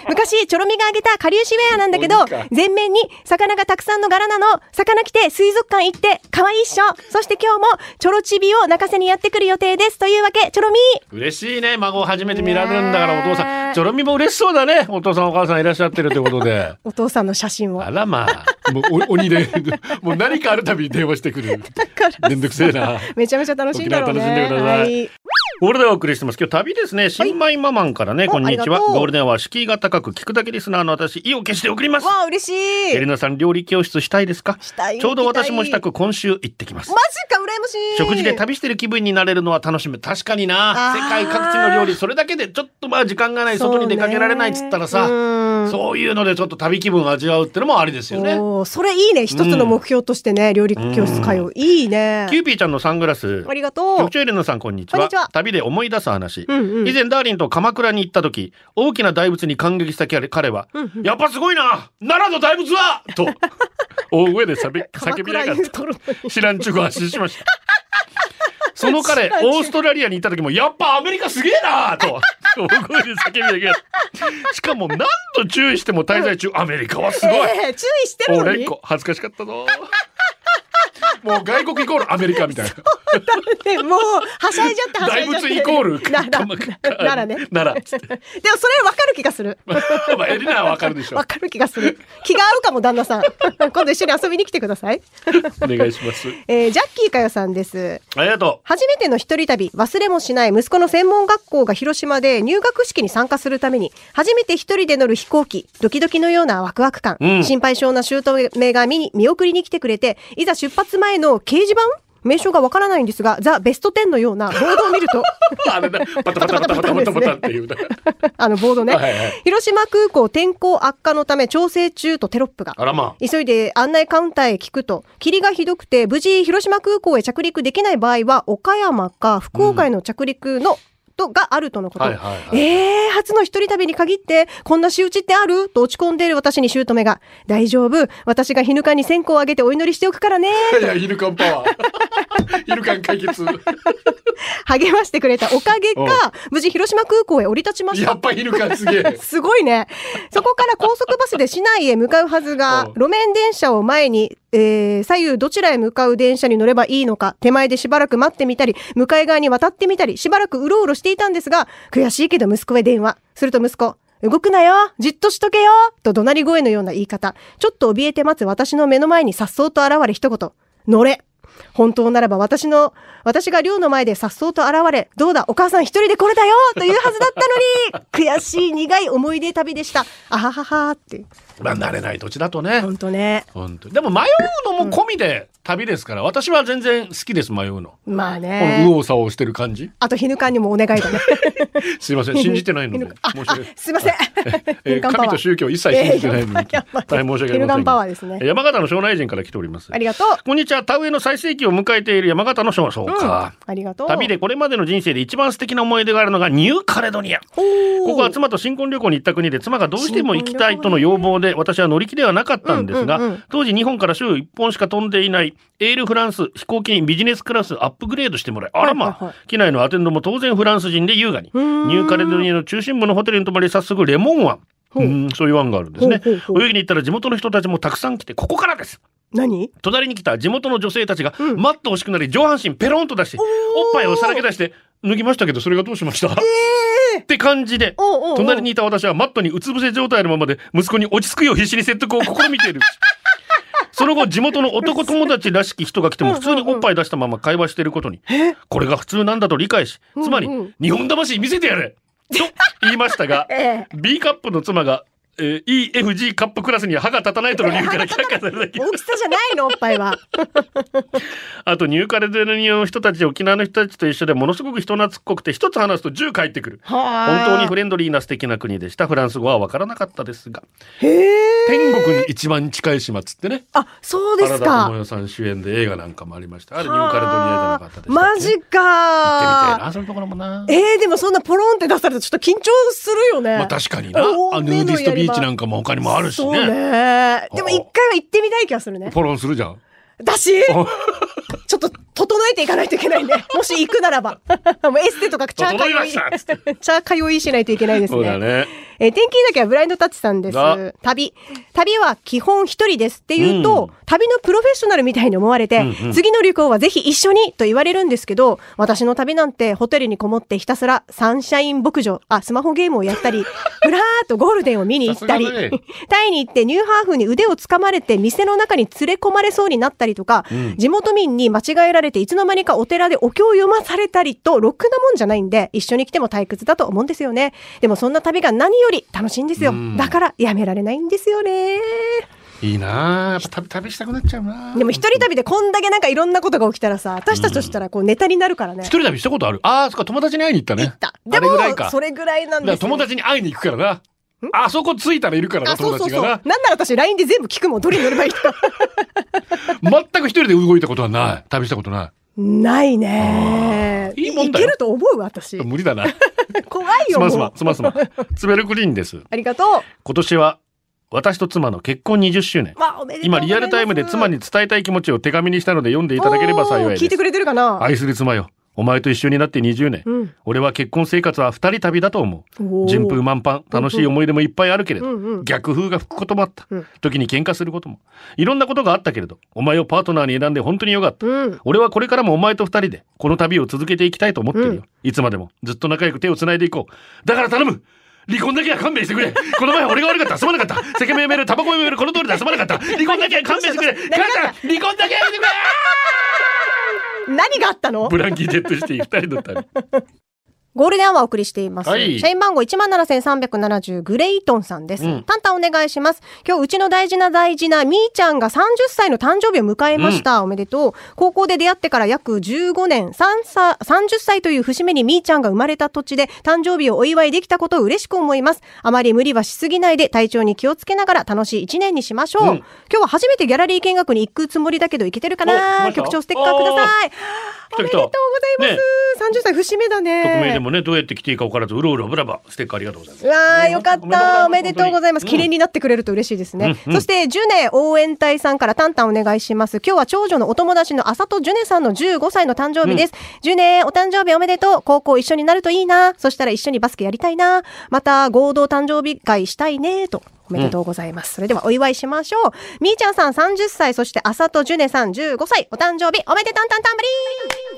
S3: 昔、チョロミがあげた顆粒子ウェアなんだけど、全面に魚がたくさんの柄なの。魚来て水族館行って可愛いっしょ。そして今日もチョロチビを泣かせにやってくる予定です。というわけ、チョロミー。
S1: 嬉しいね孫を初めて見られるんだからお父さんちょろみも嬉しそうだねお父さんお母さんいらっしゃってるってことで
S2: お父さんの写真を。
S1: あらまあもうお鬼でもう何かあるたびに電話してくるめんどくせえ な
S2: めちゃめちゃ楽しいんだろうね。
S1: 沖縄楽しんでください
S2: はい
S1: これでお送りしてます今日旅ですね新米ママンからね、
S2: お
S1: こんにちは
S2: ありがとう
S1: ゴールデンは敷居が高く聞くだけリスナーの私意を決して送ります
S2: わあ、嬉しい。
S1: エリナさん料理教室したいですか
S2: したい
S1: ちょうど私も
S2: 行き
S1: した
S2: い
S1: たく今週行ってきます
S2: マジか、羨ましい。
S1: 食事で旅してる気分になれるのは楽しむ確かにな
S2: あー
S1: 世界各地の料理それだけでちょっとまあ時間がない
S2: そうね
S1: 外に出かけられないっつったらさ
S2: うん
S1: そういうのでちょっと旅気分を味わうってのもありですよね
S2: おーそれいいね。一つの目標としてね、料理教室通う。いいね
S1: キ。ューピーちゃんのサングラス
S2: ありがとう
S1: 局。長エレナさんこんにちは
S2: こんにちは
S1: 旅で思い出す話、
S2: うんうん
S1: 以前ダーリンと鎌倉に行った時大きな大仏に感激した彼は、やっぱすごいな奈良の大仏は と大声で叫び叫びながら
S2: 鎌倉言うと るのに
S1: 知らんちゅうを発信しましたその彼
S2: 知らんちゅう
S1: オーストラリアに行った時もやっぱアメリカすげえなと大声で叫びながらしかも何度注意しても滞在中アメリカはすごい、
S2: ええ注意してるの
S1: 俺
S2: に
S1: っ。子恥ずかしかったぞもう外国イコールアメリカみたいな。
S2: でもうはしゃいじゃってはしゃい
S1: 大
S2: じゃって
S1: 仏イコール
S2: ならならね でも
S1: なら。
S2: それわかる気がする
S1: まあエリナはわかるでしょ
S2: わ。かる気がする気が合うかも旦那さん 今度一緒に遊びに来てください、
S1: お願いします。
S2: えージャッキーかよさんです
S1: ありがと
S2: 初めての一人旅、忘れもしない息子の専門学校が広島で入学式に参加するために、初めて一人で乗る飛行機、ドキドキのようなワクワク感、
S1: うん
S2: 心配性な姑が見に見送りに来てくれて、いざ出発前の掲示板名称がわからないんですが、ザ・ベスト10のようなボードを見 ると、
S1: う。あれだ。パタパタパタパタパタパタっていう。
S2: あのボードね、
S1: はいはい
S2: 広島空港天候悪化のため調整中とテロップが。
S1: あらまあ。
S2: 急いで案内カウンターへ聞くと、霧がひどくて、無事広島空港へ着陸できない場合は、岡山か福岡への着陸の、とがあるとのこと。
S1: はいはいはい
S2: えー、初の一人旅に限って、こんな仕打ちってあると落ち込んでいる私に姑が、大丈夫、私が絹缶に線香をあげてお祈りしておくからね、
S1: いや、イルカンパワー。イルカン解決。
S2: 励ましてくれたおかげ
S1: おう
S2: か、無事広島空港へ降り立ちました
S1: や。っぱイルカンすげえ。
S2: すごいね。そこから高速バスで市内へ向かうはずが
S1: うん、
S2: 路面電車を前に、えー左右どちらへ向かう電車に乗ればいいのか、手前でしばらく待ってみたり、向かい側に渡ってみたり、しばらくうろうろしていたんですが、悔しいけど息子へ電話。すると息子、動くなよじっとしとけよと怒鳴り声のような言い方。ちょっと怯えて待つ私の目の前に颯爽と現れ一言。乗れ本当ならば私の、私が寮の前で颯爽と現れ、どうだ、お母さん一人でこれだよというはずだったのに、悔しい苦い思い出旅でした。あはははって。
S1: まあ、慣れない土地だとね。
S2: 本当ね。
S1: 本当にでも迷うのも込みで旅ですから、私は全然好きです、迷うの。
S2: まあ
S1: この右
S2: ね。
S1: 往左往してる感じ。
S2: あと、絹缶にもお願い だね。
S1: すいません、信じてないので
S2: 絹。缶あ
S1: 申し
S2: あ
S1: 訳ない、
S2: すいません。
S1: えー
S2: 絹缶パワ
S1: 神
S2: ー
S1: と宗教を一切信じてない ので、
S2: やばい
S1: 大変申し訳ありません
S2: 絹缶パワーですね
S1: 山形の庄内人から来ております
S2: ありがとう。
S1: こんにちは田植えの最盛期を迎えている山形の庄そうか、
S2: ありがとう。
S1: 旅でこれまでの人生で一番素敵な思い出があるのがニューカレドニア
S2: ほー。
S1: ここは妻と新婚旅行に行った国で妻がどうしても行きたいとの要望で私は乗り気ではなかったんですが、
S2: うんうんうん
S1: 当時日本から週1本しか飛んでいないエールフランス飛行機ビジネスクラスアップグレードしてもらいあらまあ、
S2: はいはいはい
S1: 機内のアテンドも当然フランス人で優雅にニ
S2: ーん
S1: ューカレドニアの中心部のホテルに泊まり早速レモン湾う
S2: ほうん
S1: そういう湾があるんですね
S2: ほうほうほう
S1: 泳ぎに行ったら地元の人たちもたくさん来てここからです
S2: 何
S1: 隣に来た地元の女性たちが、
S2: うん
S1: マット欲しくなり上半身ペロンと出しておっぱいをさらけ出して脱ぎましたけどそれがどうしました、って感じで
S2: おうおうおう
S1: 隣にいた私はマットにうつ伏せ状態のままで息子に落ち着くよう必死に説得を試みてい るその後地元の男友達らしき人が来ても普通におっぱい出したまま会話していることにこれが普通なんだと理解しつまり
S2: うんうん
S1: 日本魂見せてやれと言いましたが
S2: ええ
S1: B カップの妻が、えー EFG カップクラスには歯が立たないとの理由から却下された
S2: 大きさじゃないの、おっぱいは。
S1: あとニューカレドニアの人たち沖縄の人たちと一緒でものすごく人懐っこくて一つ話すと10返ってくる 本当にフレンドリーな素敵な国でしたフランス語は分からなかったですが天国に一番近い島っつってね
S2: あ、そうです
S1: 原田
S2: か
S1: 智。世さん主演で映画なんかもありましたあれニューカレドニアじゃなかったです
S2: マジ
S1: 行ってみたい
S2: か。
S1: なそういうところもな、
S2: えー、でもそんなポロンって出されたらちょっと緊張するよね。
S1: まあ確かになあ
S2: おー
S1: ヌーディストビーチなんかも他にもあるし
S2: そう
S1: ね
S2: ね。でも一回は行ってみたい気がするね。
S1: フォローするじゃん
S2: だし、ちょっと整えていかないといけないね。 もし行くならば。 もうエステとかチャー
S1: 整いま
S2: 通い、
S1: し
S2: チ
S1: たつって
S2: ャー通いしないといけないです
S1: そうだ
S2: ね。
S1: ね
S2: えー天気だけはブラインドタッチさんです
S1: だ。
S2: 旅。旅は基本一人ですって言うと、
S1: うん
S2: 旅のプロフェッショナルみたいに思われて、
S1: うんうん
S2: 次の旅行はぜひ一緒にと言われるんですけど、私の旅なんてホテルにこもってひたすらサンシャイン牧場、あ、スマホゲームをやったり、 ふらーっとゴールデンを見に行ったり、
S1: さすがだね
S2: タイに行ってニューハーフに腕をつかまれて店の中に連れ込まれそうになったりとか、
S1: ん
S2: 地元民に間違えられていつの間にかお寺でお経を読まされたりと、ろくなもんじゃないんで、一緒に来ても退屈だと思うんですよね。でもそんな旅が何より楽しいんですよ。だからやめられないんですよね。
S1: いいなあやっぱ旅旅したくなっちゃうな
S2: でも一人旅でこんだけなんかいろんなことが起きたらさ、私たちとしたらこうネタになるからね。
S1: 一人旅したことあるああそっか友達に会いに行ったね
S2: 行った。でも
S1: あれぐらいか、
S2: それぐらいな
S1: だ
S2: ん
S1: か
S2: で
S1: ら
S2: すよ。
S1: 友達に会いに行くからなあそこ着いたらいるから
S2: あ、
S1: な
S2: そ
S1: 友
S2: うそう
S1: 達
S2: そう。
S1: が
S2: なん
S1: な
S2: なら私 LINE で全部聞くもん。どれに乗ればいいか。
S1: 全く一人で動いたことはない旅したことな
S2: ないね。
S1: いいもんだよ
S2: いけると思う私
S1: い。無理だ な
S2: 怖い
S1: す
S2: よ。
S1: ま
S2: も
S1: ん
S2: う
S1: すまんすまんすまんつべるクリーンです
S2: ありがと
S1: 今年は私と妻の結婚20周年
S2: う。わあ、おめでとうご
S1: 今
S2: ざいます。
S1: リアルタイムで妻に伝えたい気持ちを手紙にしたので読んでいただければ幸い
S2: おー聞い
S1: で
S2: て
S1: す
S2: くれてるかな。
S1: 愛する妻よお前と一緒になって20年、
S2: うん
S1: 俺は結婚生活は二人旅だと思
S2: お
S1: う
S2: ー
S1: 順風満帆楽しい思い出もいっぱいあるけれど、
S2: うんうん
S1: 逆風が吹くこともあった、
S2: うん
S1: 時に喧嘩することもいろんなことがあったけれどお前をパートナーに選んで本当によかった、
S2: うん
S1: 俺はこれからもお前と二人でこの旅を続けていきたいと思ってるよ、いつまでもずっと仲良く手をつないでいこうだから頼む離婚だけは勘弁してくれこの前俺が悪かったすまなかった世間もやめるタバコもやめるこの通りだすまなかった離婚だけは勘弁し てくれ母ちゃん離婚だけはやめてくれ
S2: 何があったの
S1: ブランキー・ジェットシティ二人の 旅
S2: ゴールデンアワーお送りしています。
S1: はい
S2: 社員番号17,370グレイトンさんです。
S1: うん
S2: タンタンお願いします。今日うちの大事な大事なみーちゃんが30歳の誕生日を迎えました。おめでとう。高校で出会ってから約15年、3さ30歳という節目にみーちゃんが生まれた土地で誕生日をお祝いできたことを嬉しく思います。あまり無理はしすぎないで体調に気をつけながら楽しい1年にしましょう。
S1: うん
S2: 今日は初めてギャラリー見学に行くつもりだけど行けてるか
S1: お来まし
S2: な
S1: た
S2: 局長ステッカーくださ
S1: 来
S2: い。お
S1: た
S2: め
S1: 来た
S2: でとうございます。30歳節目だね。
S1: 匿名でもねどうやって来ていいか分からずうろうろぶらばステッカーありがとうございます
S2: うわあ、よかっ
S1: おめでとうございます
S2: た。おめでとうございます。
S1: 本当に
S2: 綺麗になってくれると嬉しいですね。
S1: うんうん
S2: そして、ジュネ応援隊さんからタンタンお願いします。今日は長女のお友達のあさとジュネさんの15歳の誕生日です。ジュネ、お誕生日おめでとう。高校一緒になるといいな。そしたら一緒にバスケやりたいな。また、合同誕生日会したいね。と。おめでとうございます。それではお祝いしましょう。みーちゃんさん30歳、そしてあさとジュネさん15歳、お誕生日、おめでたんたんたんぶり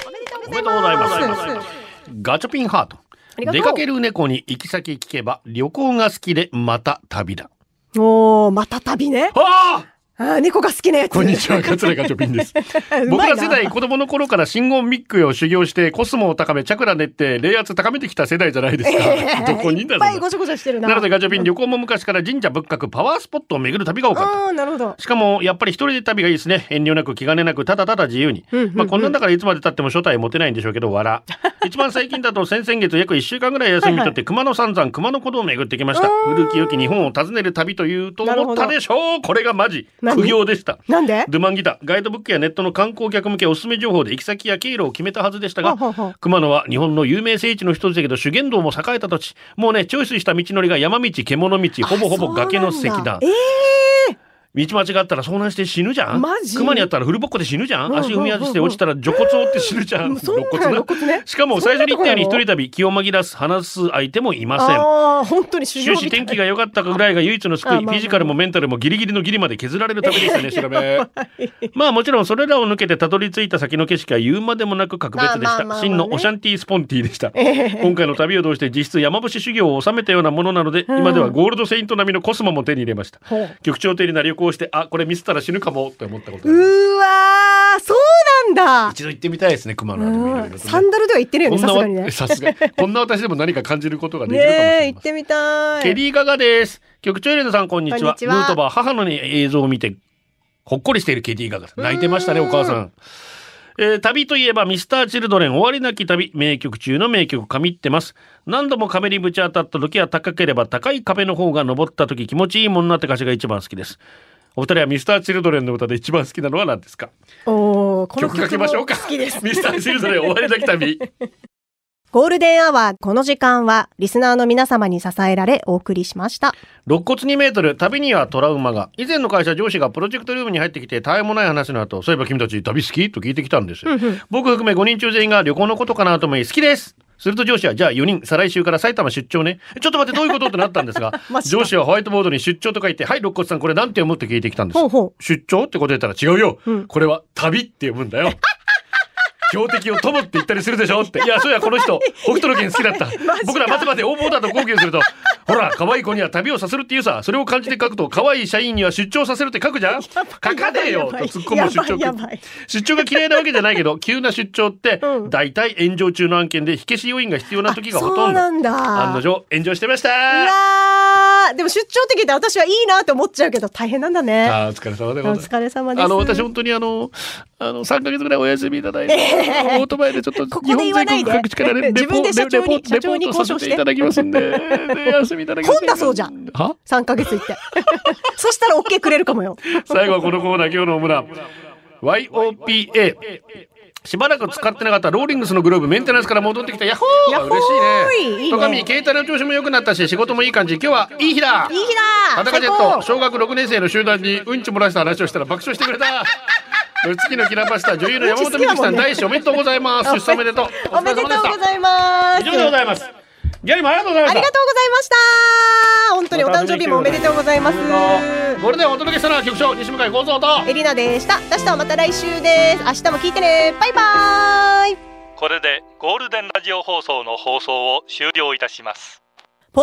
S2: ーおめでとう
S1: お
S2: ご
S1: め
S2: ざ
S1: でと
S2: い
S1: うござい
S2: ま。
S1: ますすガチャピンハート
S2: りがとう
S1: 出かける猫に行き先聞けば旅行が好きでまた旅だ
S2: おー、また旅ね。
S1: あ
S2: あー猫が好きなやつ。
S1: こんにちは桂ガチャピンです
S2: う
S1: 僕
S2: まい
S1: ら
S2: な
S1: 世代子供の頃から信号ミックを修行してコスモを高めチャクラ練って霊圧高めてきた世代じゃないですか、 どこにいんだ
S2: いっ
S1: ろ
S2: ぱ
S1: う
S2: い
S1: な
S2: ごちゃごちゃしてるな。
S1: なのでガチャピン旅行も昔から神社仏閣パワースポットを巡る旅が多かった
S2: ああ、なるほど。
S1: しかもやっぱり一人で旅がいいですね遠慮なく気兼ねなくただただ自由に、
S2: うんうんうん
S1: まあこんなんだからいつまでたっても初体持てないんでしょうけど 笑一番最近だと先々月約1週間ぐらい休み取って熊野三山熊野古道を巡ってきました
S2: うん
S1: 古き良き日本を訪ねる旅というと思ったでしょうこれがマジ
S2: 何
S1: 苦行でした
S2: なんで
S1: ドゥマンギターガイドブックやネットの観光客向けおすすめ情報で行き先や経路を決めたはずでしたが
S2: ほうほうほう
S1: 熊野は日本の有名聖地の一つだけど修験道も栄えた土地もうねチョイスした道のりが山道獣道ほぼほぼ崖の石
S2: そうな
S1: 段
S2: んだえ
S1: 道間違ったら遭難して死ぬじゃん
S2: マジ
S1: 熊にあったらフルボッコで死ぬじゃん、
S2: うんうんうん
S1: 足踏み外して落ちたら除骨折って死ぬじゃん、
S2: うんそんな
S1: 肋骨な
S2: 肋骨ね
S1: しかも最初に言ったように一
S2: そん
S1: 人旅気を紛らわす話す相手もいません
S2: ああ、本当に修行
S1: 終
S2: みた
S1: 始天
S2: い
S1: 気が良かったぐらいが唯一の救い、
S2: あまあまあ
S1: フィジカルもメンタルもギリギリのギリまで削られる旅でした ね調べまあもちろんそれらを抜けてたどり着いた先の景色は言うまでもなく格別でした、
S2: まあまあまあまあね
S1: 真のオシャンティースポンティーでした、今回の旅を通して実質山伏修行を収めたようなものなので、今ではゴールドセイント並みのコスモも手に入れました
S2: ほう
S1: 局長手にな旅行をしてあこれ見せたら死ぬかもって思ったことあります
S2: うわー、そうなんだ。
S1: 一度行ってみたいですね熊野はでもいろいろとね
S2: サンダルでは行ってるよ
S1: こ
S2: ね、
S1: ん
S2: さ
S1: な
S2: す
S1: わ
S2: がにね。
S1: さすがこんな私でも何か感じることができるかもしれま
S2: ね
S1: せ
S2: え、
S1: ん
S2: 行ってみたい。
S1: ケリー・ガガです。局長エレナさん、こんにち
S2: こん
S1: は
S2: に。ちは
S1: ヌートバー、母の映像を見て、ほっこりしているケリー・ガガ。泣いてましたね、お母さん。えー旅といえば、ミスター・チルドレン、終わりなき旅、名曲中の名曲、神ってます。何度も壁にぶち当たった時は高ければ高い壁の方が登った時気持ちいいもんなって歌詞が一番好きです。お二人はミスター・チルドレンの歌で一番好きなのは何ですか
S2: おーこの
S1: 曲
S2: 曲
S1: かけましょうか
S2: も好きです。
S1: ミスター・チルドレン、終わりなき旅。
S2: ゴールデンアワー、この時間は、リスナーの皆様に支えられ、お送りしました。
S1: 肋骨2メートル旅にはトラウマが以前の会社上司がプロジェクトルームに入ってきてたえもない話の後そういえば君たち旅好きと聞いてきたんですよ、僕含め5人中全員が旅行のことかなと思い好きですすると上司はじゃあ4人再来週から埼玉出張ねちょっと待ってどういうことってなったん ですが
S2: マジか
S1: 上司はホワイトボードに出張と書いてはい肋骨さんこれなんて読むって聞いてきたんです
S2: ほうほ
S1: 出張ってこと言ったら違うよ、
S2: うん
S1: これは旅って読むんだ よ強敵を友って言ったりするでしょって。いや、そういや、この人、北斗の拳好きだった
S2: マジか。
S1: 僕ら待て待て、横暴だと抗議すると、ほら、可愛い子には旅をさせるっていうさ、それを感じて書くと、可愛い社員には出張させるって書くじゃん書かねえよと突っ込む出張
S2: やばいやばい
S1: 出張が嫌いなわけじゃないけ ど、急な出張って、大体炎上中の案件で火消し要員が必要な時がほ
S2: あ
S1: と
S2: そうん
S1: ど。
S2: なんだ
S1: 案の定、炎上してまし
S2: う。う
S1: た。
S2: わーでも出張って聞いて私はいいなって思っちゃうけど、大変なんだね。
S1: あーお疲れ様でござい
S2: お
S1: ます。
S2: 疲れ様です。
S1: あの私本当にあのあの三ヶ月ぐらいお休みいた だいて、オートバイでちょっと
S2: ここ
S1: 日
S2: で
S1: 本
S2: 言
S1: 全
S2: わな
S1: 国
S2: いで
S1: 各地からね
S2: 自分で社長
S1: レポレ
S2: に社長
S1: ポ
S2: に
S1: レポートさせ
S2: 交渉して
S1: ていただきます んで、で休みいただきます
S2: 本だそうじゃん。
S1: は？
S2: 3ヶ月行って。 そしたら OK くれるかもよ。
S1: 最後はこのコーナー今日のオムラ YOPA しばらく使ってなかったローリングスのグルーブメンテナンスから戻ってきたヤッホー
S2: ヤッホー
S1: 嬉しい
S2: い
S1: ね
S2: いね
S1: 戸上携帯の調子も良くなったし仕事もいい感じ今日はいい日だ
S2: いい日だ
S1: 裸ジェッ
S2: 最高
S1: ト小学6年生の集団にうんち漏らした話をしたら爆笑してくれたドイツキのキラパスタ女優の山本美月さん大使おめでとうございます出産おめでとう
S2: おめでとうご
S1: お疲れ様した
S2: ざいます。
S1: 以上でございますギャリもありがとうございま
S2: あ
S1: し
S2: り
S1: た
S2: がとうございました。本当にお誕生日もおめでとうございます。
S1: これでお届けしたのは局長西向井光三と
S2: エリナでした。明日はまた来週です。明日も聞いてね。バイバイ。
S4: これでゴールデンラジオ放送の放送を終了いたします
S2: ポ